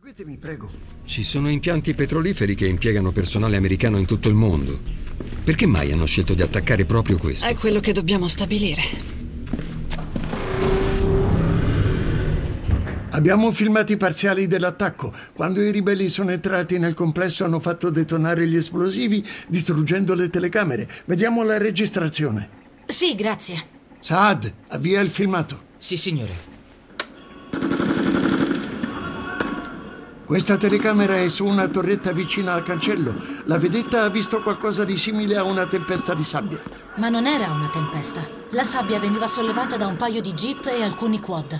Aiutatemi, prego. Ci sono impianti petroliferi che impiegano personale americano in tutto il mondo. Perché mai hanno scelto di attaccare proprio questo? È quello che dobbiamo stabilire. Abbiamo filmati parziali dell'attacco. Quando i ribelli sono entrati nel complesso hanno fatto detonare gli esplosivi distruggendo le telecamere. Vediamo la registrazione. Sì, grazie. Saad, avvia il filmato. Sì, signore. Questa telecamera è su una torretta vicina al cancello. La vedetta ha visto qualcosa di simile a una tempesta di sabbia. Ma non era una tempesta. La sabbia veniva sollevata da un paio di jeep e alcuni quad.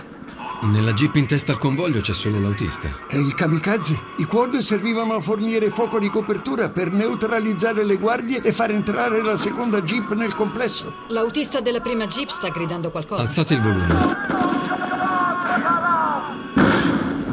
Nella jeep in testa al convoglio c'è solo l'autista. E il kamikaze? I quad servivano a fornire fuoco di copertura per neutralizzare le guardie e far entrare la seconda jeep nel complesso. L'autista della prima jeep sta gridando qualcosa. Alzate il volume.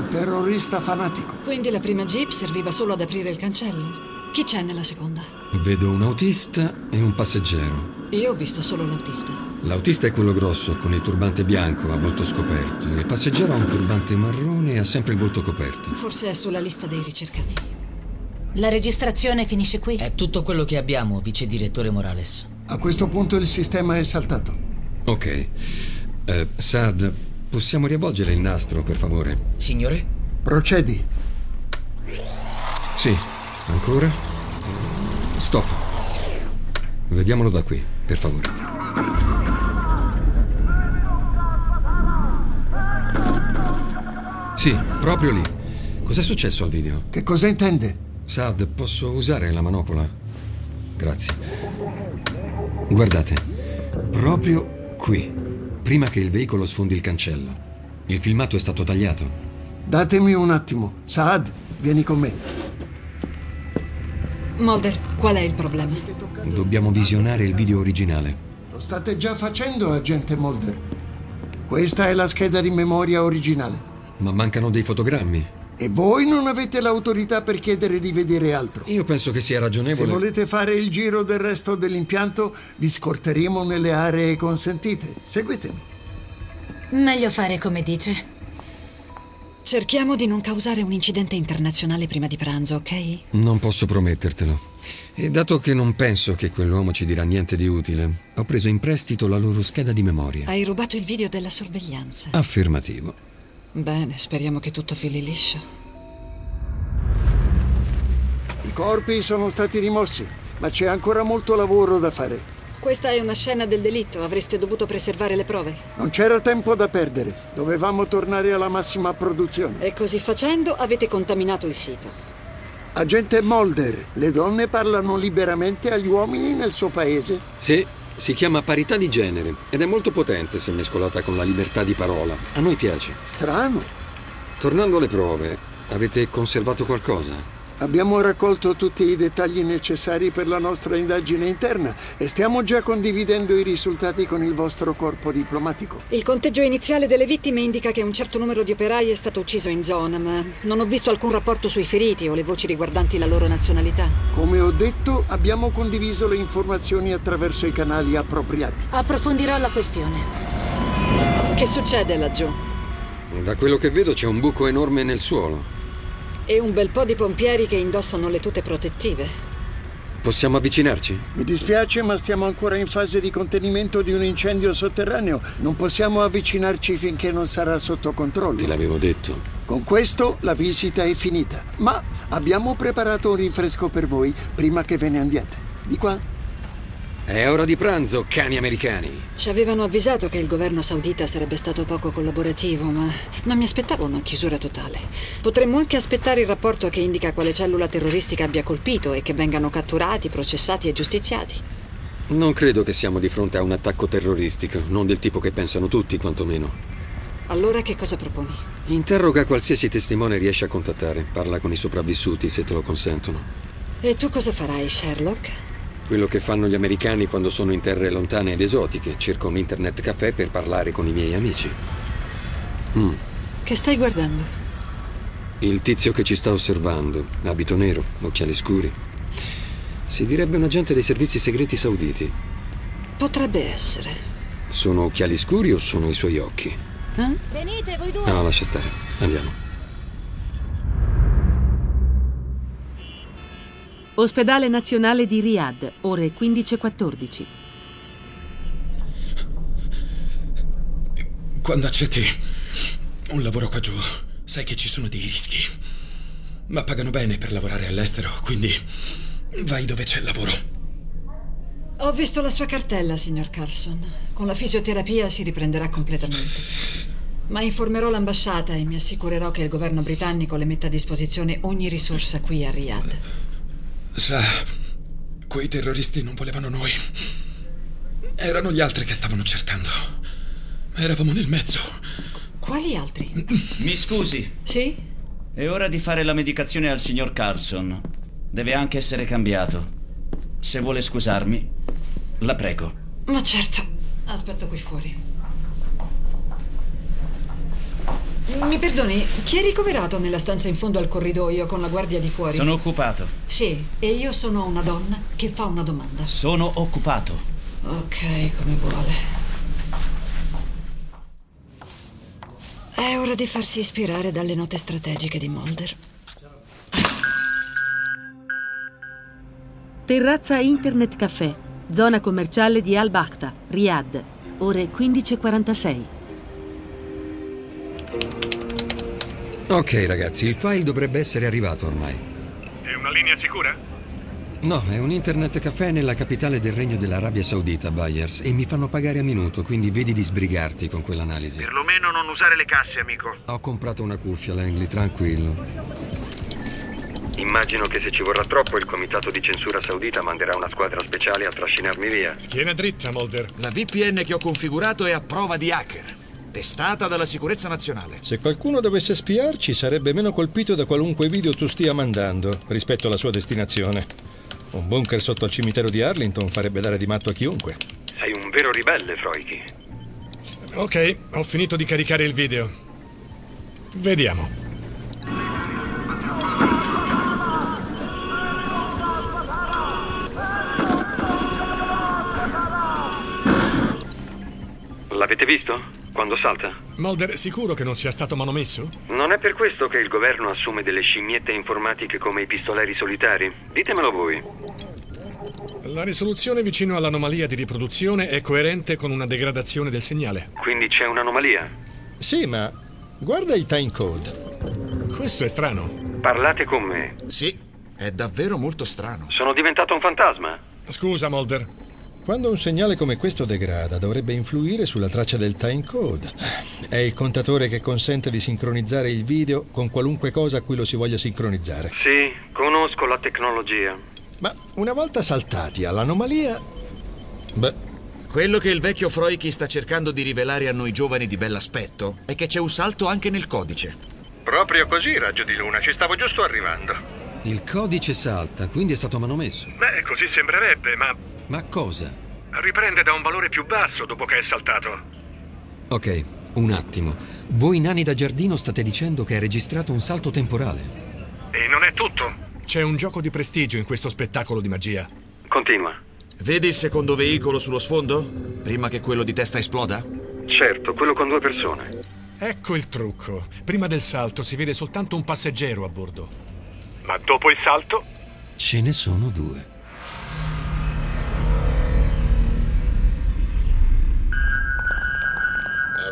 Un terrorista fanatico. Quindi la prima jeep serviva solo ad aprire il cancello. Chi c'è nella seconda? Vedo un autista e un passeggero. Io ho visto solo l'autista. L'autista è quello grosso, con il turbante bianco a volto scoperto. Il passeggero ha un turbante marrone e ha sempre il volto coperto. Forse è sulla lista dei ricercati. La registrazione finisce qui. È tutto quello che abbiamo, vice direttore Morales. A questo punto il sistema è saltato. Ok. Eh, Sad, possiamo riavvolgere il nastro, per favore? Signore? Procedi. Sì. Ancora? Stop. Vediamolo da qui, per favore. Sì, proprio lì. Cos'è successo al video? Che cosa intende? Sad, posso usare la manopola? Grazie. Guardate, proprio qui, prima che il veicolo sfondi il cancello. Il filmato è stato tagliato. Datemi un attimo. Saad, vieni con me. Mulder, qual è il problema? Dobbiamo visionare il video originale. Lo state già facendo, agente Mulder. Questa è la scheda di memoria originale. Ma mancano dei fotogrammi. E voi non avete l'autorità per chiedere di vedere altro. Io penso che sia Se ragionevole. volete fare il giro del resto dell'impianto, vi scorteremo nelle aree consentite. Seguitemi. Meglio fare come dice. Cerchiamo di non causare un incidente internazionale prima di pranzo, ok? Non posso promettertelo. E dato che non penso che quell'uomo ci dirà niente di utile, ho preso in prestito la loro scheda di memoria. Hai rubato il video della sorveglianza. Affermativo. Bene, speriamo che tutto fili liscio. I corpi sono stati rimossi, ma c'è ancora molto lavoro da fare. Questa è una scena del delitto, avreste dovuto preservare le prove. Non c'era tempo da perdere, dovevamo tornare alla massima produzione. E così facendo avete contaminato il sito. Agente Mulder, le donne parlano liberamente agli uomini nel suo paese? Sì, si chiama parità di genere ed è molto potente se mescolata con la libertà di parola. A noi piace. Strano. Tornando alle prove, avete conservato qualcosa? Abbiamo raccolto tutti i dettagli necessari per la nostra indagine interna e stiamo già condividendo i risultati con il vostro corpo diplomatico. Il conteggio iniziale delle vittime indica che un certo numero di operai è stato ucciso in zona, ma non ho visto alcun rapporto sui feriti o le voci riguardanti la loro nazionalità. Come ho detto, abbiamo condiviso le informazioni attraverso i canali appropriati. Approfondirò la questione. Che succede laggiù? Da quello che vedo c'è un buco enorme nel suolo. E un bel po' di pompieri che indossano le tute protettive. Possiamo avvicinarci? Mi dispiace, ma stiamo ancora in fase di contenimento di un incendio sotterraneo. Non possiamo avvicinarci finché non sarà sotto Te controllo. l'avevo detto. Con questo la visita è finita, ma abbiamo preparato un rinfresco per voi prima che ve ne andiate. Di qua? È ora di pranzo, cani americani. Ci avevano avvisato che il governo saudita sarebbe stato poco collaborativo, ma non mi aspettavo una chiusura totale. Potremmo anche aspettare il rapporto che indica quale cellula terroristica abbia colpito e che vengano catturati, processati e giustiziati. Non credo che siamo di fronte a un attacco terroristico, non del tipo che pensano tutti, quantomeno. Allora che cosa proponi? Interroga qualsiasi testimone riesci a contattare, parla con i sopravvissuti se te lo consentono. E tu cosa farai, Sherlock? Quello che fanno gli americani quando sono in terre lontane ed esotiche, cerco un internet caffè per parlare con i miei amici. Che stai guardando? Il tizio che ci sta osservando, abito nero, occhiali scuri. Si direbbe un agente dei servizi segreti sauditi. Potrebbe essere. Sono occhiali scuri o sono i suoi occhi? Eh? Venite voi due. No, lascia stare. Andiamo. Ospedale nazionale di Riyadh, ore 15.14. Quando accetti un lavoro qua giù, sai che ci sono dei rischi. Ma pagano bene per lavorare all'estero, quindi vai dove c'è il lavoro. Ho visto la sua cartella, signor Carson. Con la fisioterapia si riprenderà completamente. Ma informerò l'ambasciata e mi assicurerò che il governo britannico le metta a disposizione ogni risorsa qui a Riyadh. Sa, quei terroristi non volevano noi. Erano gli altri che stavano cercando. Eravamo nel mezzo. Quali altri? Mi scusi, Sì? è ora di fare la medicazione al signor Carson. Deve anche essere cambiato. Se vuole scusarmi, la prego. Ma certo. Aspetto qui fuori. Mi perdoni, chi è ricoverato nella stanza in fondo al corridoio con la guardia di fuori? Sono occupato. Sì, e io sono una donna che fa una domanda. Sono occupato. Ok, come vuole. È ora di farsi ispirare dalle note strategiche di Mulder. Terrazza Internet Café, zona commerciale di Al Bakhta, Riyadh, ore 15.46. Ok ragazzi, il file dovrebbe essere arrivato ormai. È una linea sicura? No, è un internet caffè nella capitale del regno dell'Arabia Saudita, Byers, e mi fanno pagare a minuto, quindi vedi di sbrigarti con quell'analisi. Perlomeno non usare le casse, amico. Ho comprato una cuffia, Langley, tranquillo. Immagino che se ci vorrà troppo il comitato di censura saudita manderà una squadra speciale a trascinarmi via. Schiena dritta, Mulder. La VPN che ho configurato è a prova di hacker, testata dalla sicurezza nazionale. Se qualcuno dovesse spiarci sarebbe meno colpito da qualunque video tu stia mandando rispetto alla sua destinazione. Un bunker sotto al cimitero di Arlington farebbe dare di matto a chiunque. Sei un vero ribelle, Froiki. Ok, ho finito di caricare il video. Vediamo. L'avete visto? Quando salta? Mulder, sicuro che non sia stato manomesso? Non è per questo che il governo assume delle scimmiette informatiche come i pistoleri solitari? Ditemelo voi. La risoluzione vicino all'anomalia di riproduzione è coerente con una degradazione del segnale. Quindi c'è un'anomalia. Sì, ma guarda i timecode. Questo è strano. Parlate con me. Sì, è davvero molto strano. Sono diventato un fantasma? Scusa, Mulder. Quando un segnale come questo degrada dovrebbe influire sulla traccia del timecode. È il contatore che consente di sincronizzare il video con qualunque cosa a cui lo si voglia sincronizzare. Sì, conosco la tecnologia. Ma una volta saltati all'anomalia... Beh, Quello che il vecchio Froiki sta cercando di rivelare a noi giovani di bell'aspetto è che c'è un salto anche nel codice. Proprio così, raggio di luna, ci stavo giusto arrivando. Il codice salta, quindi è stato manomesso. Beh, così sembrerebbe, ma Ma cosa? riprende da un valore più basso dopo che è saltato. Ok, un attimo. Voi nani da giardino state dicendo che è registrato un salto temporale. E non è tutto. C'è un gioco di prestigio in questo spettacolo di magia. Continua. Vedi il secondo veicolo sullo sfondo? Prima che quello di testa esploda? Certo, quello con due persone. Ecco il trucco. Prima del salto si vede soltanto un passeggero a bordo. Ma dopo il salto? Ce ne sono due.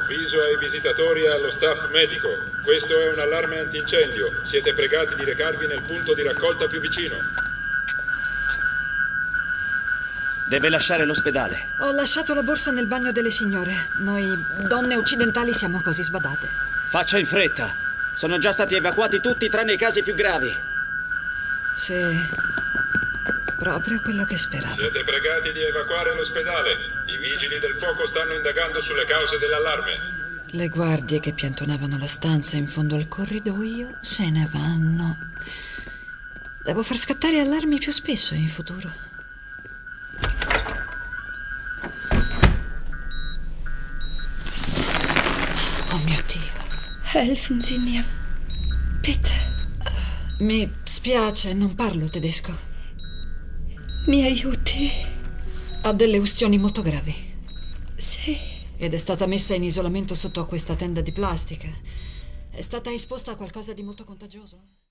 Avviso ai visitatori e allo staff medico. Questo è un allarme antincendio. Siete pregati di recarvi nel punto di raccolta più vicino. Deve lasciare l'ospedale. Ho lasciato la borsa nel bagno delle signore. Noi donne occidentali siamo così sbadate. Faccia in fretta. Sono già stati evacuati tutti tranne i casi più gravi. Sì. Proprio quello che speravo. Siete pregati di evacuare l'ospedale. I vigili del fuoco stanno indagando sulle cause dell'allarme. Le guardie che piantonavano la stanza in fondo al corridoio se ne vanno. Devo far scattare allarmi più spesso in futuro. Oh mio Dio. Helfen Sie mir. Bitte. Mi spiace, non parlo tedesco. Mi aiuti. Ha delle ustioni molto gravi. Sì. Ed è stata messa in isolamento sotto a questa tenda di plastica. È stata esposta a qualcosa di molto contagioso?